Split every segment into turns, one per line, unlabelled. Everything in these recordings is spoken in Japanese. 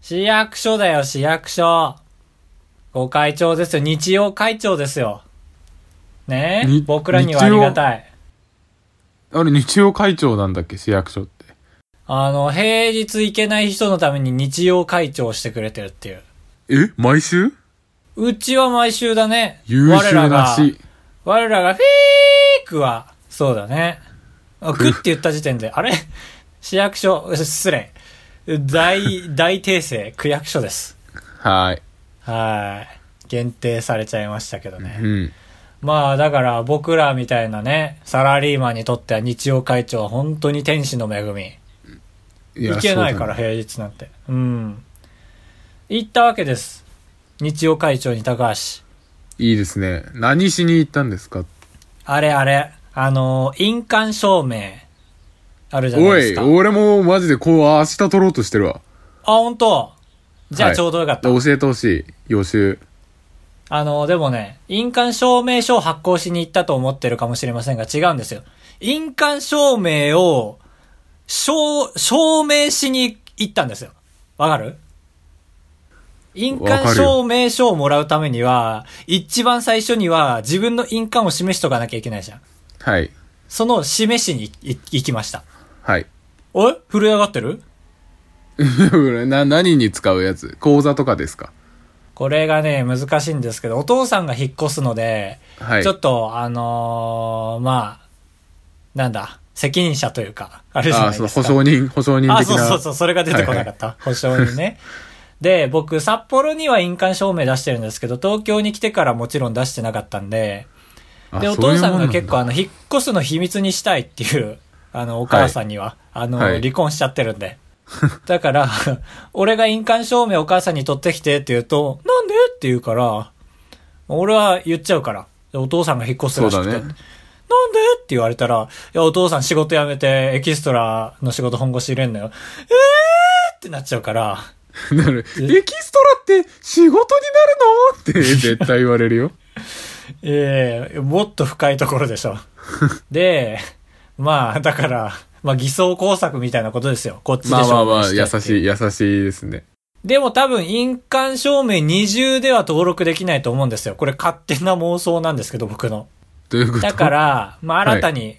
市役所だよ、市役所。ご会長ですよ。日曜会長ですよ。ねえ
に
僕らにはありがたい。
あれ、日曜会長なんだっけ、市役所って。
あの、平日行けない人のために日曜会長してくれてるっていう。
え毎週
うちは毎週だね。
優秀
我ら
な
が、
し。
我らがフィークは、そうだね。あくって言った時点で、あれ市役所、失礼。大、大訂正、区役所です。
は
はい。限定されちゃいましたけどね
い。。うん。
まあだから僕らみたいなね、サラリーマンにとっては日曜会長は本当に天使の恵み。
い
行けないから
そう
平日なんて。うん。行ったわけです。日曜会長に高橋。
だねいいですね。何しに行ったんですか
あれあれ、あのー印鑑証明、あるじゃない
お
です
い、
か。
俺もマジでこう、明日取ろうとしてるわ。
あ、本当じゃあ
はい
ちょうどよかった。
教えてほしい。予習。
あのーでもね、印鑑証明書を発行しに行ったと思ってるかもしれませんが違うんですよ。印鑑証明を、証、証明しに行ったんですよ。わかる印鑑証明書をもらうためには、一番最初には自分の印鑑を示しとかなきゃいけないじゃん。
はい。
その示しにい行きました。
はい。
おい震え上がってる
な、何に使うやつ口座とかですか
これがね、難しいんですけど、お父さんが引っ越すので、
はい。
ちょっと、あのーまあ、なんだ、責任者というか、あれじゃない
あ
で
ー
す
そ
か。
の保証人、保証人的な。
あ、そうそうそう、それが出てこなかった。保証に ね。で、僕、札幌には印鑑証明出してるんですけど、東京に来てからもちろん出してなかったんで、
あ
で、お
そう
父
いうも
さ
なんだ
が結構、あの、引っ越すの秘密にしたいっていう、 あの、お母さんには、あの、
はい
離婚しちゃってるん で。だから、俺が印鑑証明お母さんに取ってきてって言うと、なんでって言うから、俺は言っちゃうから。でお父さんが引っ越すらしくて。
そうだね
なんでって言われたら、いや、お父さん仕事辞めて、エキストラの仕事本腰入れんのよ。えーってなっちゃうから。
なる。エキストラって仕事になるのって絶対言われるよ。
ええもっと深いところでし ょ。で、まあ、だから、まあ、偽装工作 みたいなことですよ。こっちで
まあまあまあ、
証明
優
してって
しい、優しいですね。
でも多分、印鑑証明二重では登録できないと思うんですよ。これ勝手な妄想なんですけど、僕の。
ということ
だか。ら、まあ、
はい
新たに、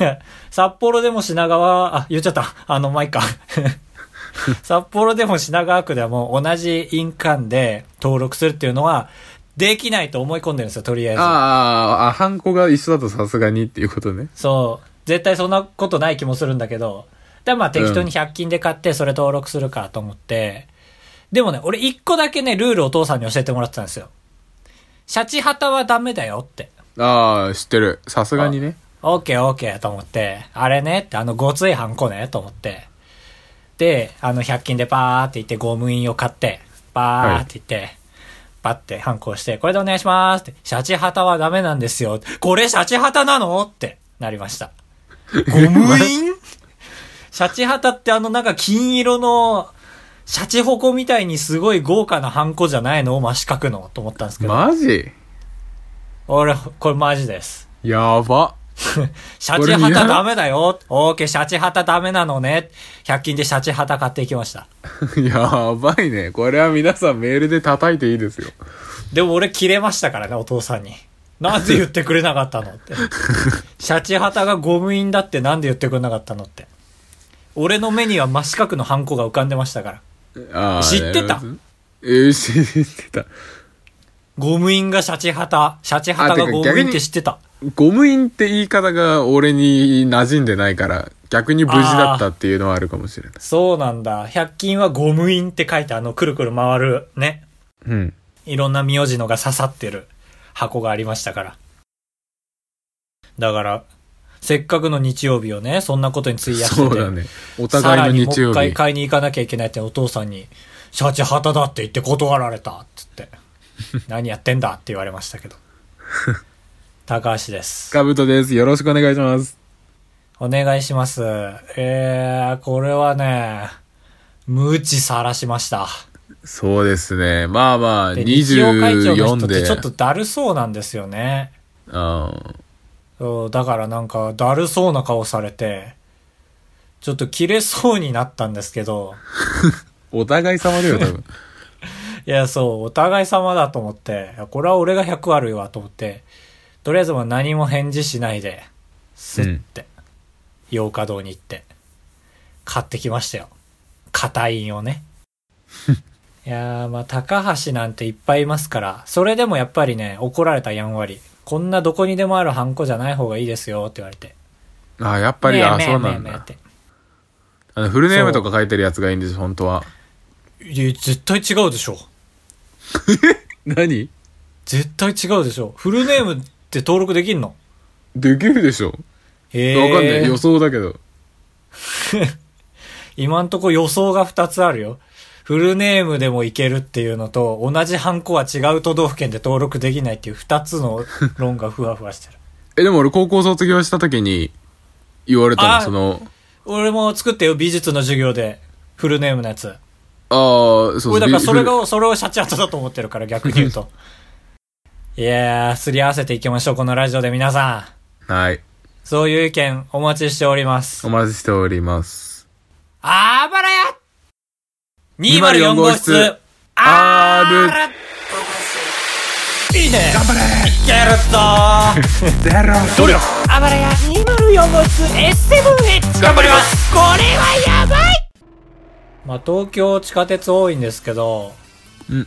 札幌でも品川、あ、言っちゃった。あの、まあ、いい か。札幌でも品川区でも同じ印鑑で登録するっていうのは、できないと思い込んでるんですよ、とりあえず。
あーあー、あ、ハンコが一緒だとさすがにっていうことね。
そう。絶対そんなことない気もするんだけど。だからまあ適当に100均で買ってそれ登録するかと思って。でもね、俺一個だけね、ルールをお父さんに教えてもらってたんですよ。シャチハタはダメだよって。
ああ、知ってる。さすがにね。
オーケーオーケーと思って。あれねって、あのごついハンコねと思って。で、あの100均でパーって行ってゴム印を買って、パーって行って、パってハンコをして、これでお願いしますって。シャチハタはダメなんですよ。これシャチハタなのってなりました。ゴム印 シャチハタってあのなんか金色の、シャチホコみたいにすごい豪華なハンコじゃないの真四角のと思ったんですけど。
マジ
俺、これマジです。
やば。
シャチハタダメだよ。オーケー、シャチハタダメなのね。100均でシャチハタ買っていきました。
やばいね。これは皆さんメールで叩いていいですよ。
でも俺切れましたからね、お父さんに。なんで言ってくれなかったの って。シャチハタがゴム印だってなんで言ってくれなかったのって。俺の目には真四角のハンコが浮かんでましたから。
あー
知ってた
えー、知ってた。
ゴム印がシャチハタ、シャチハタがゴム印って知ってた。
ゴム印って言い方が俺に馴染んでないから、逆に無事だったっていうのはあるかもしれない。
そうなんだ。100均はゴム印って書いてあの、くるくる回る、ね。
うん。
いろんな名字のが刺さってる箱がありましたから。だから、せっかくの日曜日をね、そんなことに費やしてて、
そうだね。お
さら
互い
に
の
も
日
う一
曜
回
日。
買いに行かなきゃいけないってお父さんに、シャチハタだって言って断られたっつって、 何やってんだって言われましたけど。 高橋です。
かぶとです。よろしくお願いします。
お願いします。えー、これはね、無知さらしました。
そうですね。まあまあ、
で、日曜会長の人
24
って
で。
ちょっとだるそうなんですよね。
あ
そう、だからなんか、だるそう な顔されて、ちょっと切れそうになったんですけど、
お互い様だよ、多分。
いや、そう、お互い様だと思って、いやこれは俺が100悪いわと思って、とりあえずもう何も返事しないで、スッて、洋華堂に行って、買ってきましたよ。片印を ね。いやー、まあ、高橋なんていっぱいいますから、それでもやっぱりね、怒られたやんわり。こんなどこにでもあるハンコじゃない方がいいですよって言われて。やっ
ああ、やっぱり、ああ、そうなんだ。
て。
あの、フルネームとか書いてるやつがいいんです、本当は。
いや、絶対違うでしょ。
何
絶対違うでしょ。フルネームって登録できんの
できるでしょ。
え
わかんない。予想だけど。
今んとこ予想が2つあるよ。フルネームでもいけるっていうのと、同じハンコは違う都道府県で登録できないっていう2つの論がふわふわ してる。
え、でも俺高校卒業した時に言われた
あ
の、その、
俺も作ってよ、美術の授業で。フルネームのやつ。
ああ、そう
俺だからそれ
ビ
が、それをシャチハトだと思ってるから、逆に言うと。いやー、すり合わせていきましょう、このラジオで皆さん。
ルはい。
そういう意見お待ちしております
お。待ちしております。
あばらや !204 号室
R
R! いいね頑張 れいけるぞ
ゼロ
努力あばらや204号室 S7H!
頑張ります
これはやばいまあ東京地下鉄多いんですけど、
うん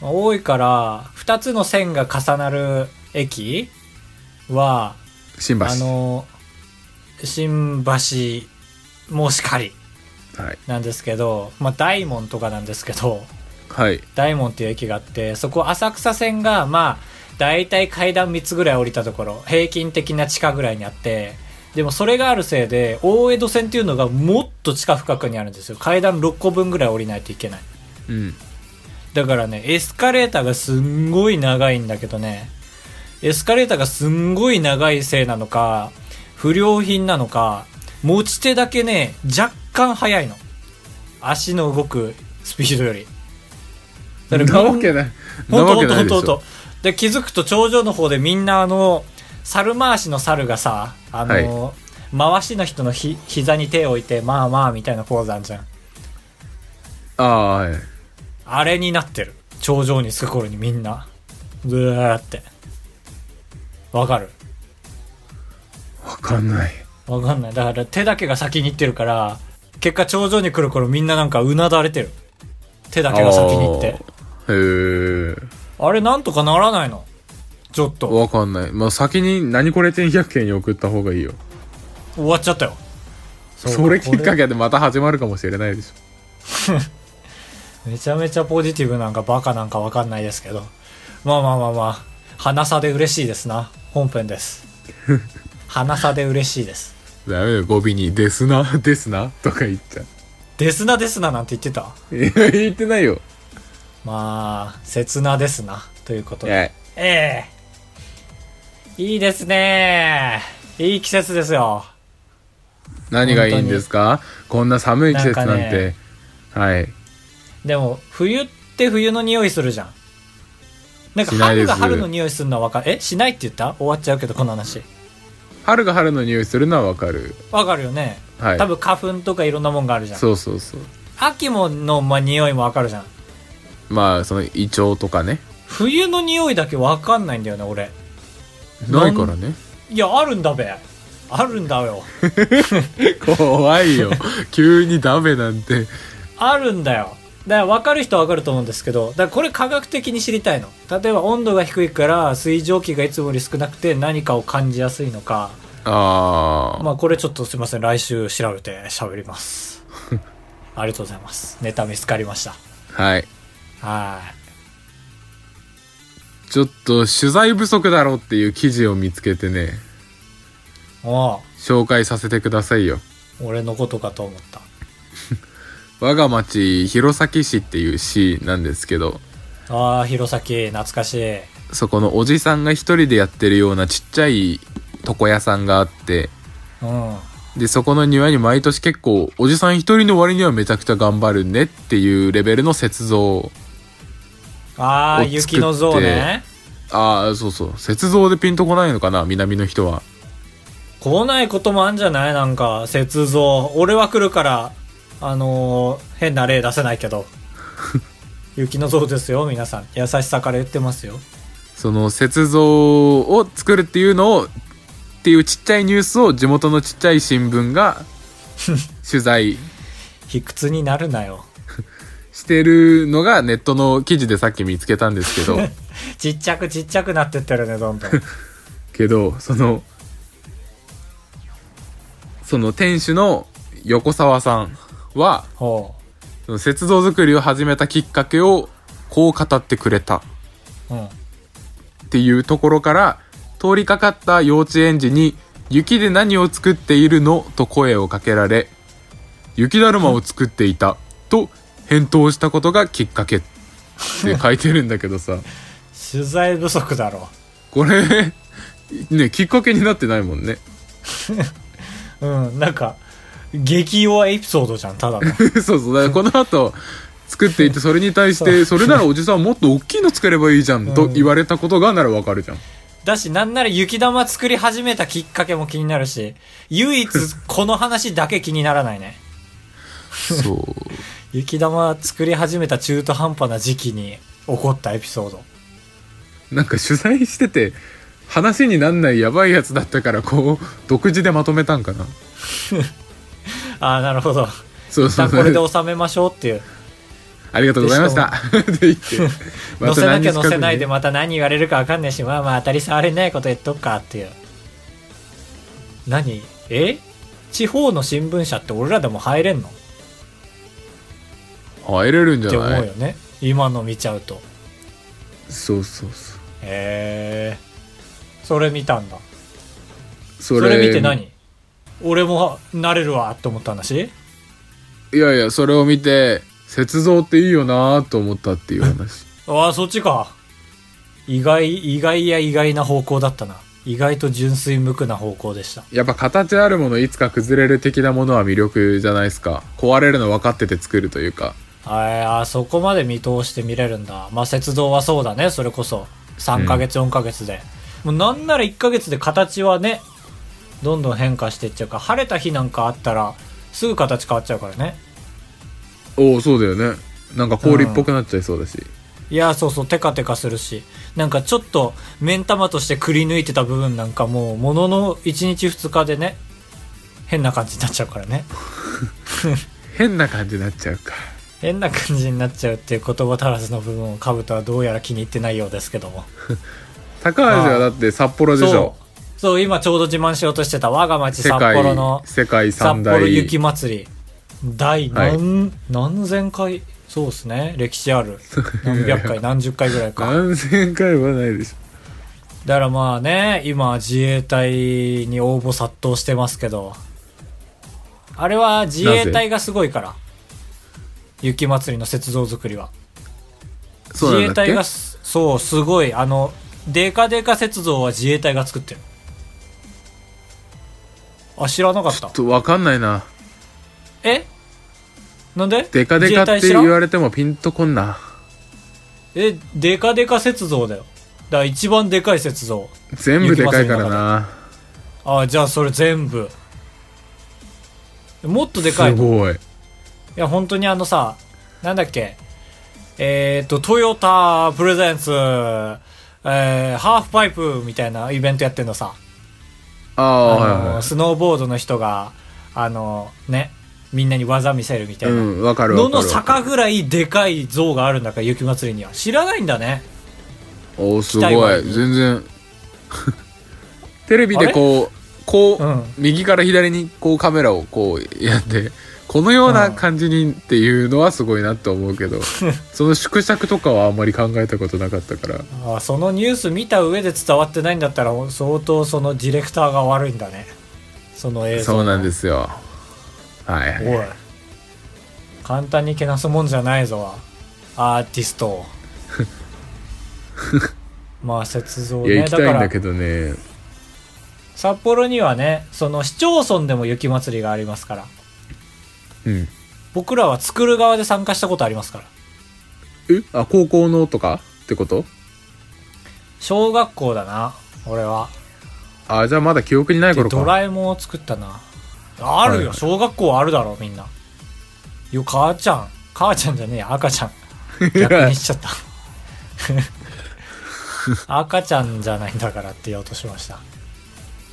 まあ多いから、2つの線が重なる駅は、
新橋。
あの、新橋もしかり。
はい。
なんですけど、まあ、大門とかなんですけど
はい。
大門っていう駅があってそこ浅草線がまあ大体階段3つぐらい降りたところ平均的な地下ぐらいにあってでもそれがあるせいで大江戸線っていうのがもっと地下深くにあるんですよ階段6個分ぐらい降りないといけない
うん。
だからねエスカレーターがすんごい長いんだけどねエスカレーターがすんごい長いせいなのか不良品なのか持ち手だけね若干速いの足の動くスピードよりだ
なわけない。な
ほんと
わ
ほ
け
んと
な
ほ
い
ん
で
と
し
ほん
ょ
と。で気づくと頂上の方でみんなあの猿回しの猿がさあの、回しの人のひ膝に手を置いてまあまあみたいなポーズあんじゃん
ああ、はい。
あれになってる。頂上に着く頃にみんな。ブーって。わかる
わかんない。
わかんない。だから手だけが先に行ってるから、結果頂上に来る頃みんななんかうなだれてる。手だけが先に行って。
あー。へえ。
あれなんとかならないのちょっと。
わかんない。まあ、先に何これ点100件に送った方がいいよ。
終わっちゃったよ。そ
それきっか
け。
けでまた始まるかもしれないでしょ。
めちゃめちゃポジティブなんかバカなんかわかんないですけど。まあまあまあまあ。鼻差で嬉しいですな。本編 です。鼻差で嬉しいです。
ダメだよ、語尾に、ですな、ですな、とか言っちゃう。
ですなですななんて言ってた
いや言ってないよ。
まあ、切なですな、ということで。
え
ええいいですねいい季節ですよ。
何がいいんですかこんな寒い季節なん
なんか
て
ね。
はい。
でも、冬って冬の匂いするじゃん。なんか
しないで
春
す
が春の匂いするのはわかる。えしないって言った終わっちゃうけど、この話。
春が春の匂いするのはわかる。
わかるよね。
はい
多。分花粉とかいろんなもんがあるじゃん。
そうそうそう。
秋もの、まあ、匂いもわかるじゃん。
まあ、その、胃腸とかね。
冬の匂いだけわかんないんだよね、俺。
ないからね。
いや、あるんだべ。あるんだよ。
怖 いよ。急にダメなんて。
あるんだよだから分かる人は分かると思うんですけどだからこれ科学的に知りたいの例えば温度が低いから水蒸気がいつもより少なくて何かを感じやすいのか
ああ。
まあこれちょっとすいません来週調べて喋ります ありがとうございますネタ見つかりました
はい。
はい
ちょっと取材不足だろうっていう記事を見つけてね、
お
紹介させてくださいよ。
う俺のことかと思った
我が町、弘前市っていう市なんですけど、
ああ弘前懐かしい
そこのおじさんが一人でやってるようなちっちゃい床屋さんがあって、
うん
で、そこの庭に毎年結構、おじさん一人の割にはめちゃくちゃ頑張るねっていうレベルの雪像。
ああ
を作って
雪の像ね
ああ、そうそう。雪像でピンとこないのかな南の人は。
来ないこともあんじゃないなんか雪像俺は来るからあのー変な例出せないけど雪の像ですよ皆さん優しさから言ってますよ
その雪像を作るっていうのをっていうちっちゃいニュースを地元のちっちゃい新聞が 取材
卑屈になるなよ
してるのがネットの記事でさっき見つけたんですけど
ちっちゃくちっちゃくなってってるねどんどん
けどそのその店主の横澤さんは
ほ
その雪像作りを始めたきっかけをこう語ってくれた
ううん
っていうところから通りかかった幼稚園児に「雪で何を作っているの?」と声をかけられ「雪だるまを作っていた」と返答したことがきっかけって書いてるんだけどさ
取材不足だろ
これねきっかけになってないもんね
うんなんか激弱エピソードじゃんただの
そうそうだからこの後作っていてそれに対してそれならおじさんもっと大きいの作ればいいじゃんと言われたことがならわかるじゃん
だしなんなら雪玉作り始めたきっかけも気になるし唯一この話だけ気にならないね
そう
雪玉作り始めた中途半端な時期に起こったエピソード
なんか取材してて話になんないやばいやつだったからこう独自でまとめたんかな
ああなるほど
そう
一
そう
旦これで収めましょうって いう
ありがとうございました って言って
載せなきゃ載せないで
ま
また何言われるか分かんないしまあまあ当たり障りないこと言っとくかっていう何え地方の新聞社って俺らでも入れんのっ
あ入れるんじ
て
ゃ
思う
な
よ
い
ね今の見ちゃうと
そうそうそう
へえそれ見たんだ
そ
それ見て何俺もなれるわって思った話
いやいやそれを見て雪像っていいよなと思ったっていう話
ああそっちか意外意外や意外な方向だったな意外と純粋無垢な方向でした
やっぱ形あるものいつか崩れる的なものは魅力じゃないですか壊れるの分かってて作るというか
はいあーそこまで見通して見れるんだまあ雪道はそうだねそれこそ3ヶ月4ヶ月で、もうなんなら1ヶ月で形はねどんどん変化していっちゃうから晴れた日なんかあったらすぐ形変わっちゃうからね
おおそうだよねなんか氷っぽくなっちゃいそうだし、
いやそうそうテカテカするしなんかちょっと目ん玉としてくり抜いてた部分なんかもうものの1日2日でね変な感じになっちゃうからね
変な感じになっちゃうか
変な感じになっちゃうっていう言葉足らずの部分をカブトはどうやら気に入ってないようですけども
高橋はだって札幌でし
そ
ょ
うそう今ちょうど自慢しようとしてた我が町
世
札
界
幌の
世界
札
三大
幌雪まつり第何,、何千回そうですね歴史ある何百 回何十回ぐらいか
何千回はないでしょ
だからまあね今自衛隊に応募殺到してますけどあれは自衛隊がすごいから雪まつりの雪像作りは
そう
自
な
衛
んだっけ
隊がすそうすごいあのデカデカ雪像は自衛隊が作ってるあ知らなかった
ちょっとわかんないな
えなんで
デカデカって
自衛隊知らん
言われてもピンとこんな
えデカデカ雪像だよだから一番でかい雪像
全部でかいからな
あじゃあそれ全部もっとですかいのい
ごい
や本当にあのさなんだっけえっ、とトヨタプレゼンツ、えーハーフパイプみたいなイベントやってんのさ
ああ
あの
はいはい
スノーボードの人があのねみんなに技見せるみたいうな、
んわかるわ
の
かる
の坂ぐらいでかい像があるんだから雪まつりには知らないんだね
おおす
期待
ご
は
いう全然 テレビでこうこう、
うん
右から左にこうカメラをこうやってこのような感じにっていうのはすごいなと思うけど、 その縮尺とかはあんまり考えたことなかったから
あーそのニュース見た上で伝わってないんだったら相当そのディレクターが悪いんだねその映像
そうなんですすよはい
おい簡単にけなすもんじゃないぞアーティスト をまあ雪像
い
ね
や行き
だ
たいん
か
だ
ら
けどね
札幌にはねその市町村でも雪まつりがありますから
うん
僕らは作る側で参加したことありますから
えあ高校のとかってこと
小学校だな俺は
あじゃあまだ記憶にない
で
頃
ド
か
ラえもんを作ったなある
はい
よ、
はい
小学校はあるだろみんなよ、母ちゃん。母ちゃんじゃねえや、赤ちゃん。 逆にしちゃった。赤ちゃんじゃないんだからって言おうとしました。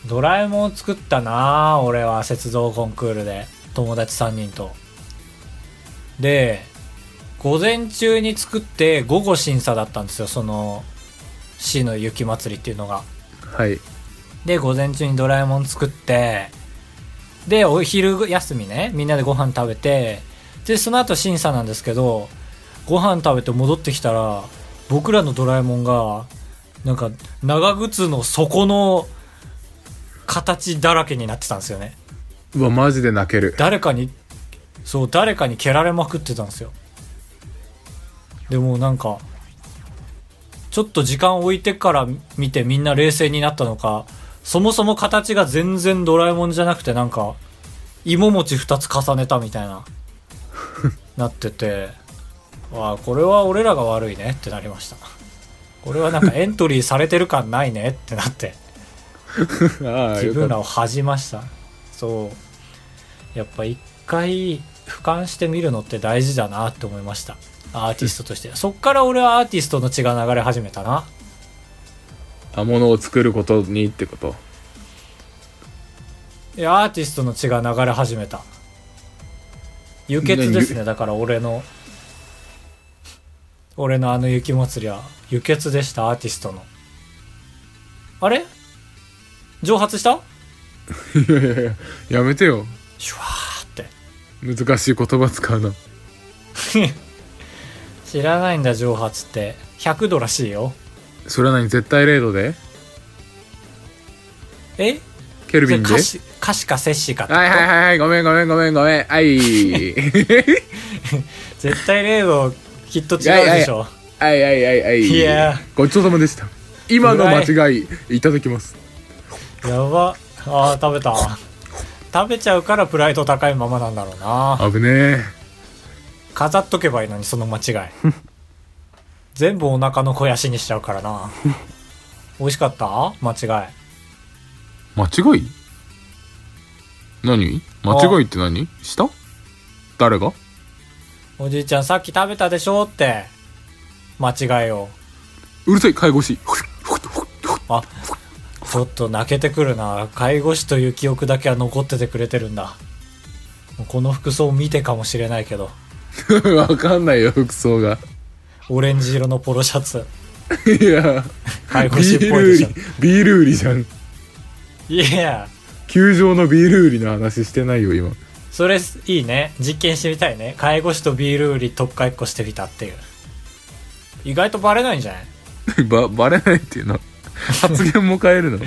ドラえもん作ったなあ俺は雪像コンクールで。友達3人と。で、午前中に作って午後審査だったんですよ、その、市の雪祭りっていうのが。
はい。
で午前中にドラえもん作ってでお昼休みねみんなでご飯食べてでその後審査なんですけどご飯食べて戻ってきたら僕らのドラえもんがなんか長靴の底の形だらけになってたんですよね
うわ、マジで泣ける。
誰かにそう誰かに蹴られまくってたんですよでもうなんかちょっと時間置いてから見てみんな冷静になったのかそもそも形が全然ドラえもんじゃなくてなんか芋餅2つ重ねたみたいななっててわあこれは俺らが悪いねってなりましたこれはなんかエントリーされてる感ないねってなって
ああ、
自
よ
分
からっ
を恥じましたそうやっぱ一回俯瞰してみるのって大事だなって思いましたアーティストとしてそっから俺はアーティストの血が流れ始めたな
た。ものを作ることにってこと。
いやアーティストの血が流れ始めた輸血ですねだから俺の俺のあの雪祭りは輸血でしたアーティストのあれ蒸発した
いやいやいや、 やめてよ。
シュワーって
難しい言葉使うな。
知らないんだ蒸発って100度らしいよ
それは何絶対0度で
え
ケル
そ
ビ
れ
ンで
歌詞歌詞か摂氏かってこと
はいはいはいはい、ごめんごめんごめんごめん。はい。
絶対例のきっと違うでしょ
いやいやいはいはいはいはい。
いやー
ごちそうさまでした。今の間違い、いただきます。
やばあー食べた食べちゃうからプライド高いままなんだろうな
危ね
飾っとけばいいのにその間違い全部お腹の肥やしにしちゃうからな美味しかった間違い
え。間違い何間違いって何した誰が
おじいちゃんさっき食べたでしょって間違いを
うるさい、介護士。
あちょっと泣けてくるな介護士という記憶だけは残っててくれてるんだこの服装見てかもしれないけど
わかんないよ、服装が。
オレンジ色のポロシャツ
いや、
介護
ビ
士っ
ー
ぽいで
ル
し
売
ょ
り、ビール売りじゃん。
いや
球場のビール売りの話してないよ、今。
それいいね実験してみたいね介護士とビール売り特化一個してみたっていう意外とバレないんじゃない
ば、ばれないっていう の。発言も変えるの。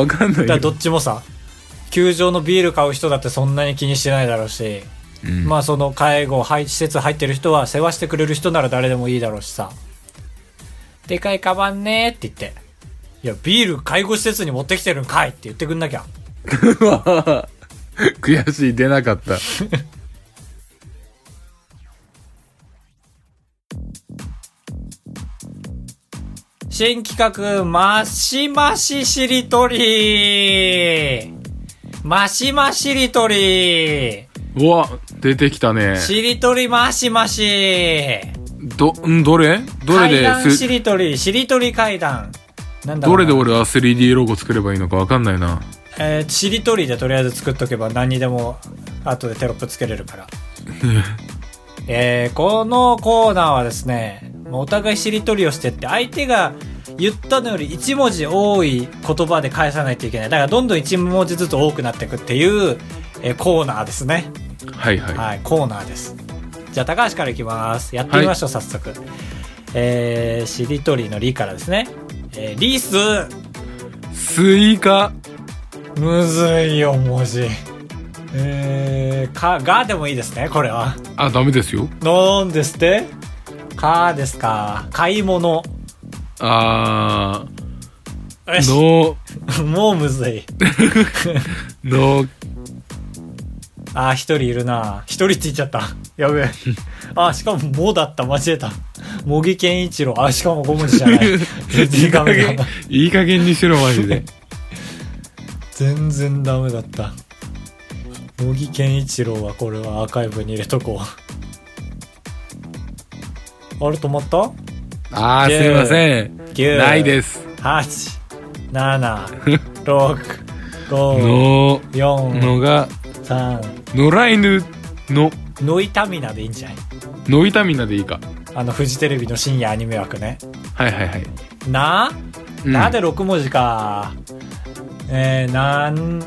わかんない
だか
よ
らどっちもさ球場のビール買う人だってそんなに気にしてないだろうし、
うん
まあその介護はい施設入ってる人は世話してくれる人なら誰でもいいだろうしさでかいカバンねーって言っていやビール介護施設に持ってきてるんかいって言ってくんなきゃ
う わ悔しい出なかった
新企画、マシマシしりとりマシマしりとり
うわ出てきたね
しりとりマシマシ
どんどれどれ
階
で
段し
す
りとり、しりとり階段。なんだろ
ど
うな
れで俺は 3D ロゴ作ればいいのかわかんないな
えーしりとりでとりあえず作っとけば何にでも後でテロップつけれる から。えーこのコーナーはですね、もうお互いしりとりをしてって、相手が言ったのより1文字多い言葉で返さないといけない。だからどんどん1文字ずつ多くなっていくっていう、えーコーナーですね。
はいはい、
はい、コーナーです。じゃあ、高橋からいきます。やってみましょう、早速。えー、しりとりのりからですね。えー、リス、
スイカ
むずいよ、文字。えー、か、がでもいいですね、これは。
あダメですよ
なんですってかですか。買い物。
あ
よし
ーの
もうむずい。
の。
あー、一人いるな。一人って言っちゃった。やべえ。あー、しかも、もだった。間違えた。茂木健一郎。あー、しかも5文字じゃない全
いい
然ダ
加
メだ
減
な。
いい加減にしろマジで
全然ダメだった茂木健一郎はこれはアーカイブに入れとこうあると思った
ああ、
いや
すいません。
?9。
ない
す。
です。
8、7、6、5、
の、
4、
のが、
3、
野良犬の、
ノイタミナでいいんじゃない
の痛みなでいいか。
あの、フジテレビの深夜アニメ枠ね。
はいはいはい。
なあ、
うん
なで6文字か。えー、なん、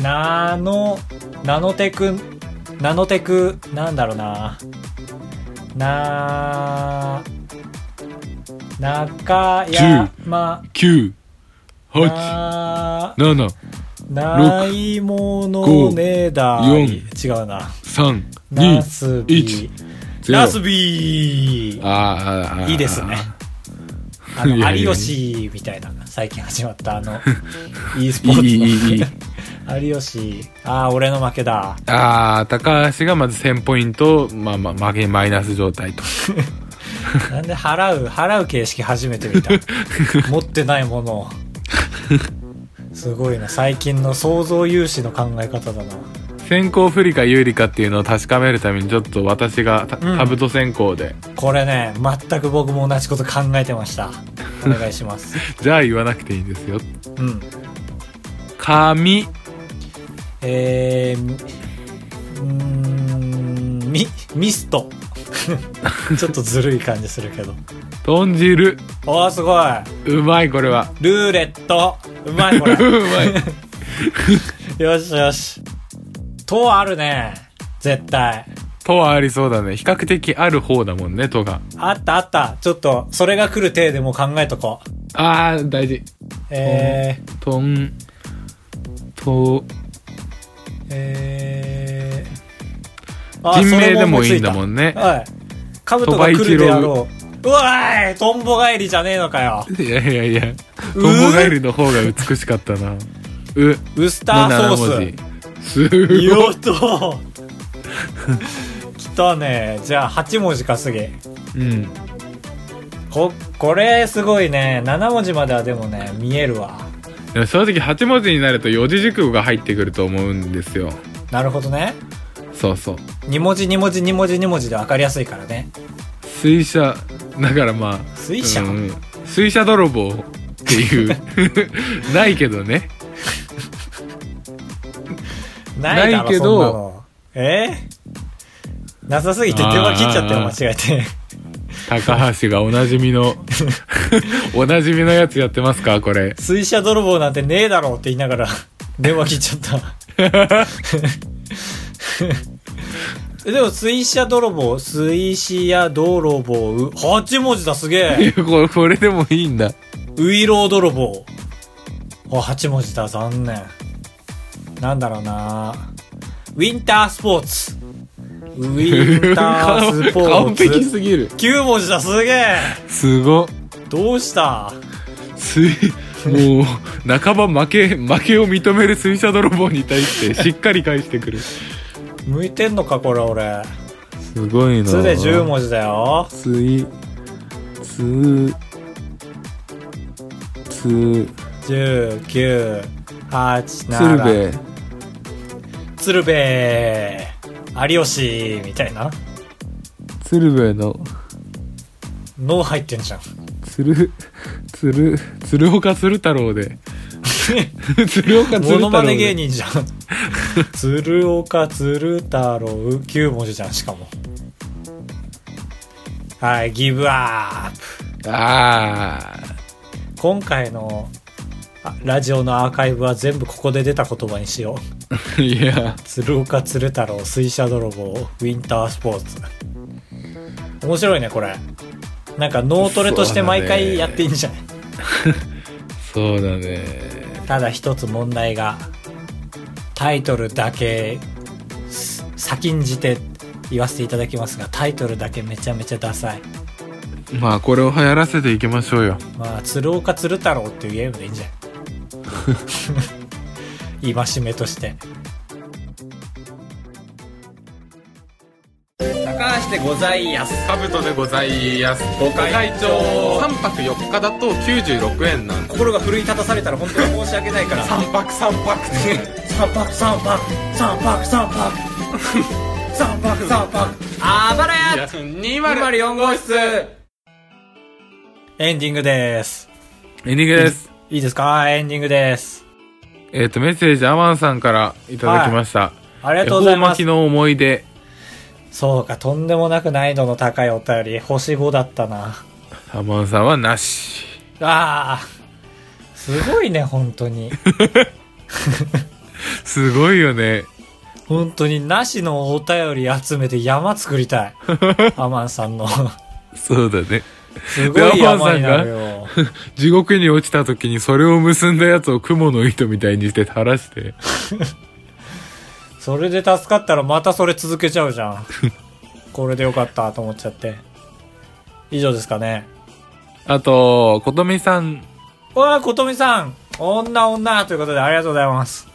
なの、ナノテク、ナノテク、なんだろうな。な、中山、
九、八、
な、
七、
ないものねだり。違うな。
三、二
ナ、ス
一
ビー。
ゼ
ナス
ロ。
ビー
あーあー、あー
いいです ね。。あの
いやいやいや
有吉みたいな、最近始まったあ の、e ス
い
ポーツ
い、
の
いい、いい。
有吉、ああ、俺の負けだ。
ああ、高橋がまず1000ポイント、まあまあ、負けマイナス状態と。
なんで払う、払う形式初めて 見た。持ってないものを。すごいな、最近の想像融資の考え方だな。
先行不利か有利かっていうのを確かめるために、ちょっと私がた
うん
タブと先行で、
これね、全く僕も同じこと考えてました。お願いします。
じゃあ言わなくていいんですよ。
うん。
紙、
えー、みうーん、ミ、ミスト。 ちょっとずるい感じするけど。
豚汁。
おー、すごい。
うまい、これは。
ルーレット。うまい、これ
う。まい。
よしよし。とあるね。絶対。
とはありそうだね。比較的ある方だもんね、とが。
あったあった。ちょっと、それが来る体でもう考えとこう。
あー、大事。
えー、
とん、と、
えー、
人名でもいいんだ
ん
もんね。
はい。カブトが来るであろう。うわーいトンボ返りじゃねえのかよ。
いやいやいや。トンボガエルの方が美しかったな。う、
ウスター
の
ソ
7文
ー
字。すご
ス。
い。
よっと来たね。じゃあ、8文字かすげ。
うん。
こ、これすごいね。7文字まではでもね、見えるわ。
でも正直8文字になると四字熟語が入ってくると思うんですよ
なるほどね。
そうそう
2文字2文字2文字2文字で分かりやすいからね。
水車だからまあ
水車
うん水車泥棒っていう ないけどね
ないだろ
ないけど
そんなの。えーなさすぎて電話切っちゃったよ、
あ
間
ー
違えて。
高橋がおなじみ のおなじみのやつやってますかこれ
水車泥棒なんてねえだろうって言いな がら電話切っちゃった。 えでも水車泥棒、水車泥棒、う8文字だすげ
い
え。
や これこれでもいいんだ
ウイロー泥棒。あ、8文字だ、残念。なんだろうなウィンタースポーツ。ウィンタースポー
完璧
ツ。
すぎる
9文字だ、すげえ。
すごっ
どうした
水もう半ば負け負けを認める水車泥棒に対してしっかり返してくるす
向いてんのか、これ、俺。
ごいな
つで10文字だよ。
ついつつ
十九八
鶴
七
瓶
鶴瓶有吉みたいな
鶴瓶の
脳入ってんじゃん
鶴鶴鶴岡鶴太郎で 鶴岡鶴
モノ
太
マ
郎
ネ芸
で
人じ ゃん鶴岡鶴太郎九文字じゃんしかもはいギブアップ
ああ
今回のあラジオのアーカイブは全部ここで出た言葉にしよう
いや
鶴岡鶴太郎水車泥棒ウィンタースポーツ面白いねこれなんか脳トレとして毎回やっていいんじゃない、
そうだね
ただ一つ問題がタイトルだけす先んじて言わせていただきますがタイトルだけめちゃめちゃダサい
まあこれを流行らせていきましょうよ
まあ鶴岡鶴太郎っていうゲームでいいんじゃない戒めとして高橋でございやす
カブトでございますご
会長
3泊4日だと96円なん
心が奮い立たされたら本当に申し訳ないから三泊三泊三泊三泊三泊三泊三泊三泊あばらや
204号室
エンディングです。
エンディングです。
いいですかエンディングです。
えっ、と、メッセージ、アマンさんからいただきました。
あり
あ
がとうございま
巻き
す。
の思い出。
そうか、とんでもなく難易度の高いお便り、星5だったな。
アマンさんはなし。
ああ、すごいね、本当 に。
すごいよね。
本当に、なしのお便り集めて山作り たい。アマンさんの。
そうだね。
すごい山になるよ。
地獄に落ちた時にそれを結んだやつを雲の糸みたいにして垂らして。
それで助かったらまたそれ続けちゃうじゃ ん。これでよかったと思っちゃって。以上ですかね。
あと、ことみさん。
わあ、ことみさん女女ということでありがとうございます。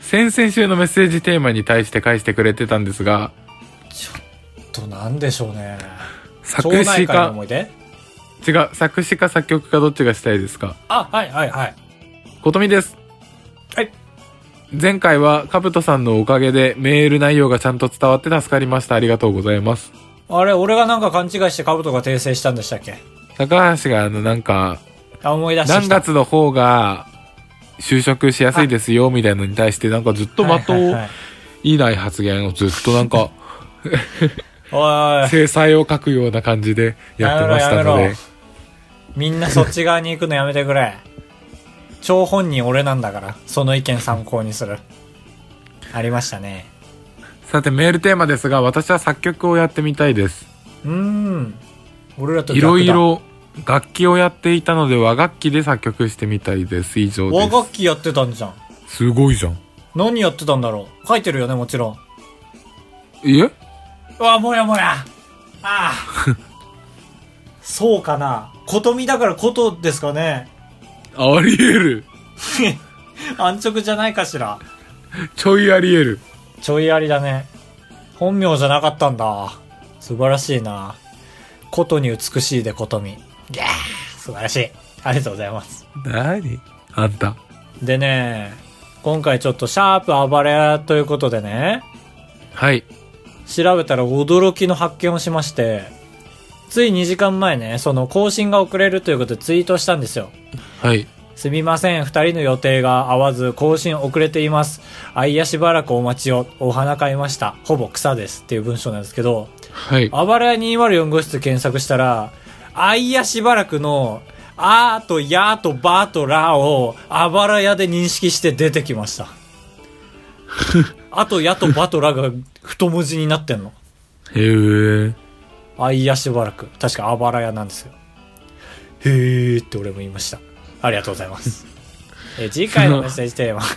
先々週のメッセージテーマに対して返してくれてたんですが、
と、なんでしょうね。町
作
内
詞
会の
か、
思い出
違う、作詞か作曲かどっちがしたいですか
あ、はいはいはい。
ことみです。
はい。
前回は、かぶとさんのおかげでメール内容がちゃんと伝わって助かりました。ありがとうございます。
あれ、俺がなんか勘違いしてカブトが訂正したんでしたっけ
高橋が、あの、なんか、
あ、思い出してき
何
た。
月の方が、就職しやすいですよ、みたいなのに対して、なんかずっと的
はい
を
はい
いない発言をずっとなんか、
はい おい、
制裁を書くような感じでやってましたの
やめろやめ
で
ろ、みんなそっち側に行くのやめてくれ。張本人俺なんだから、その意見参考にする。ありましたね。
さてメールテーマですが、私は作曲をやってみたいです。
うーん。俺らと
い
逆だ
ろい。ろ楽器をやっていたので和楽器で作曲してみたいです。以上
和
で
楽器やってたんじゃん。
す。すごいじゃん。
何やってたんだろう書いてるよね、もちろん。
え
うわ、もやもや。ああ。 そうかな。ことみだからことですかね。
ありえる。
安直じゃないかしら。
ちょいありえる。
ちょいありだね。本名じゃなかったんだ。素晴らしいな。ことに美しいでことみ。いやー素晴らしい。ありがとうございます。
なにあんた。
でね、今回ちょっとシャープ暴れということでね、
はい。
調べたら驚きの発見をしまして、つい2時間前ね、その更新が遅れるということでツイートしたんですよ。
はい。
すみません、二人の予定が合わず更新遅れています。あいやしばらくお待ちを、お花買いました。ほぼ草ですっていう文章なんですけど、
はい。
あばらや204号室検索したら、あいやしばらくの、あーとやーとばーとらーを、あばらやで認識して出てきました。あとやとばとらが太文字になってんの。
へえ。
あいやしばらく。確かあばらやなんですよ。へーって俺も言いました。ありがとうございます。え次回のメッセージテーマ。
ハ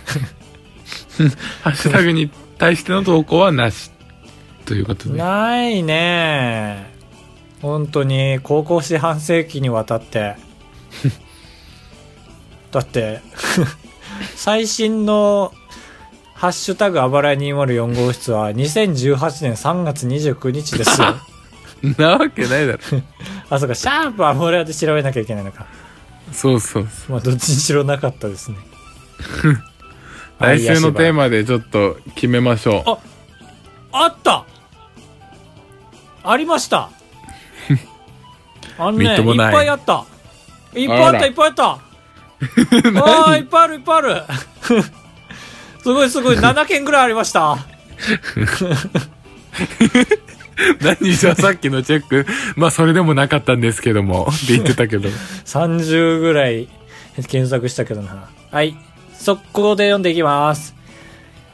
ッシュタグに対しての投稿はなし。ということで。
ないね本当に高校四半世紀にわたって だって 最新の「ハッシュタグあばらや204号室」は2018年3月29日ですよ
なわけないだろ。
あそうかシャープあばらやで調べなきゃいけないのか
そうそうそう。
まあどっちにしろなかったですね
来週のテー
マ
マでちょっと決めましょう。
あったありま したあのね
みっ
い
とも
っ
ない
ぱいあったいっぱいあっ
あ
た
ら
いっぱいあ ったあーいっ
何
ぱいあるいっぱいある すごいすごい7件ぐらいありました
何じゃあさっきのチェック。 まあそれでもなかったんですけども。 って言ってたけど。
30ぐらい検索したけどなはい速攻で読んでいきます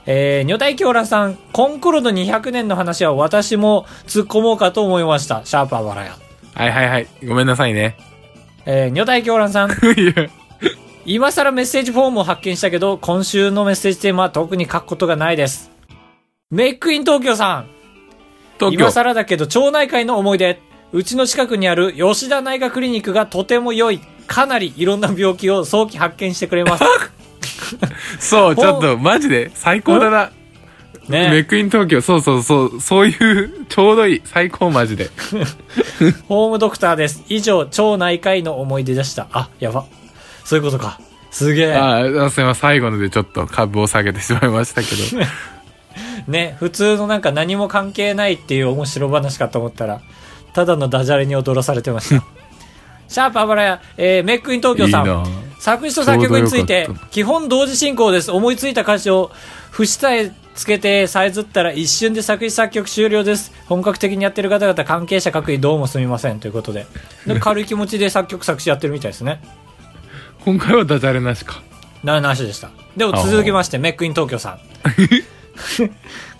えー、女体狂乱さん、コンクロの200年の話は私も突っ込もうかと思いました。シャープあばらや。
はいはいはい。ごめんなさいね。
えー、女体狂乱さん、
いや
今更メッセージフォームを発見したけど、今週のメッセージテーマは特に書くことがないです。メイクイン東京さん、
東
今
京。
更だけど町内会の思い出うちの近くにある吉田内科クリニックがとても良いかなりいろんな病気を早期発見してくれ ます
そう、ちょっとマジで最高だな。メ
ね
ックイン東京。そうそうそう。そういう、ちょうどいい。最高マジで。
ホームドクターです以上町内会の思い出でしたあやばそういうことかすげえ
ああ、すいません。最後のでちょっと株を下げてしまいましたけど。
ね、普通のなんか何も関係ないっていう面白話かと思ったら、ただのダジャレに踊らされてま した。シャープあばらや、えー、メックイン東京さん。
いいな
作詞と作曲につい
ち
て
ょうどよかっ
基本同時進行です思いついた歌詞を節さえつけてさえずったら一瞬で作詞作曲終了です本格的にやってる方々関係者各位どうもすみませんということでで軽い気持ちで作曲作詞やってるみたいですね
今回はダジャレなしか。
ななしでしたでも続きましてメックイン東京 さん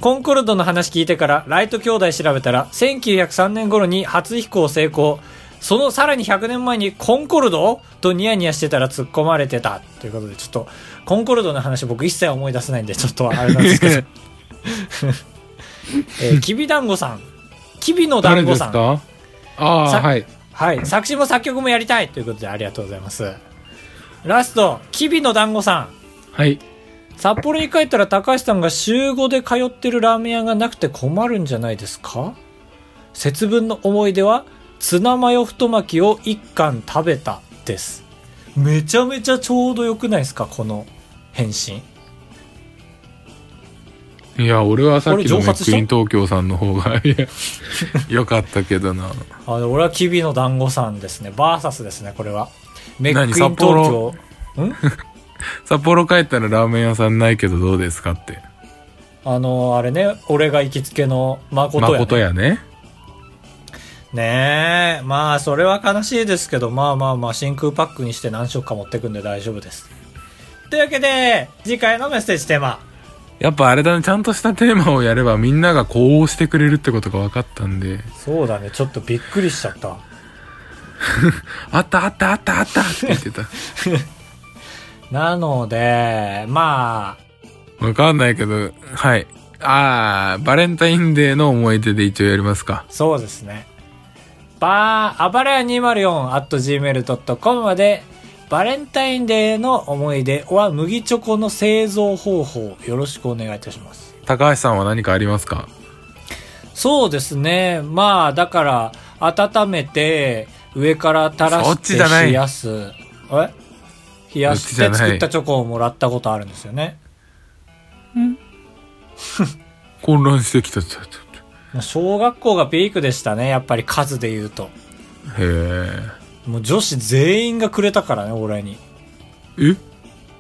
コンコルドの話聞いてからライト兄弟調べたら1903年頃に初飛行成功そのさらに100年前にコンコルドとニヤニヤしてたら突っ込まれてたということでちょっとコンコルドの話僕一切思い出せないんでちょっとあれなんですけ ど、えー、きびだんごさんきびのだ
誰
ん
で
ご
す
さん
かああ
さ
ー、はい。
はい作詞も作曲もやりたいということでありがとうございますラストきびのだんごさん
はい。
札幌に帰ったら高橋さんが週5で通ってるラーメン屋がなくて困るんじゃないですか節分の思い出はツナマヨ太巻きを1貫食べたですめちゃめちゃちょうどよくないですかこの返信
いや、俺はさっきの
俺蒸
メ
発
ッ
し
ク
た
イン東京さんの方が、いや、よかったけどな。
あの俺はきびの団子さんですねバーサスですねこれはメックイン
何
東
札幌
京ん
札幌帰ったらラーメン屋さんないけどどうですかって。
あのあれね俺が行きつけの誠や、ね、
誠やね。
ねえまあそれは悲しいですけどまあまあまあ真空パックにして何色か持ってくんで大丈夫ですというわけで次回のメッセージテーマ
やっぱあれだね、ちゃんとしたテーマをやればみんながこうしてくれるってことが分かったんで、
そうだねちょっとびっくりしちゃった
あったあったあったあったって言っ てた。
なのでまあ
わかんないけど、はい。あー、バレンタインデーの思い出で一応やりますか。
そうですねばあばらや 204.gmail.com までバレンタインデーの思い出は麦チョコの製造方法よろしくお願いいたします
高橋さんは何かありますか
そうですね。まあ、だから、温めて、上から垂ら
そっ
し
ち
て
じゃない
冷やす。え冷やし
そっちじゃ
て
ない
作ったチョコをもらったことあるんですよね。
混乱してきた。ちょちょち
小学校がピークでしたね。やっぱり数で言うと。
ょへー。
もう女子全員がくれたからね、俺に。
え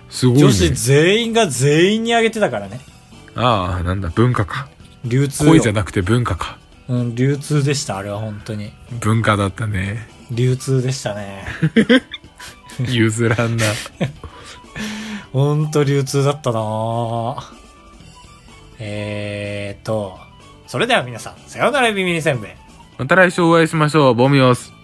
すごい、ね。
女子全員が全員にあげてたからね。
ああ、なんだ、文化か。
流通よ
恋じゃなくて文化か。
うん、流通でした、あれは本当に。
文化だっ たね。
流通でしたね。
譲らんな。
ほんと流通だったなぁえーっと、それでは皆さん、さようならビビリせんべい。
また来週お会いしましょう。ボミオス。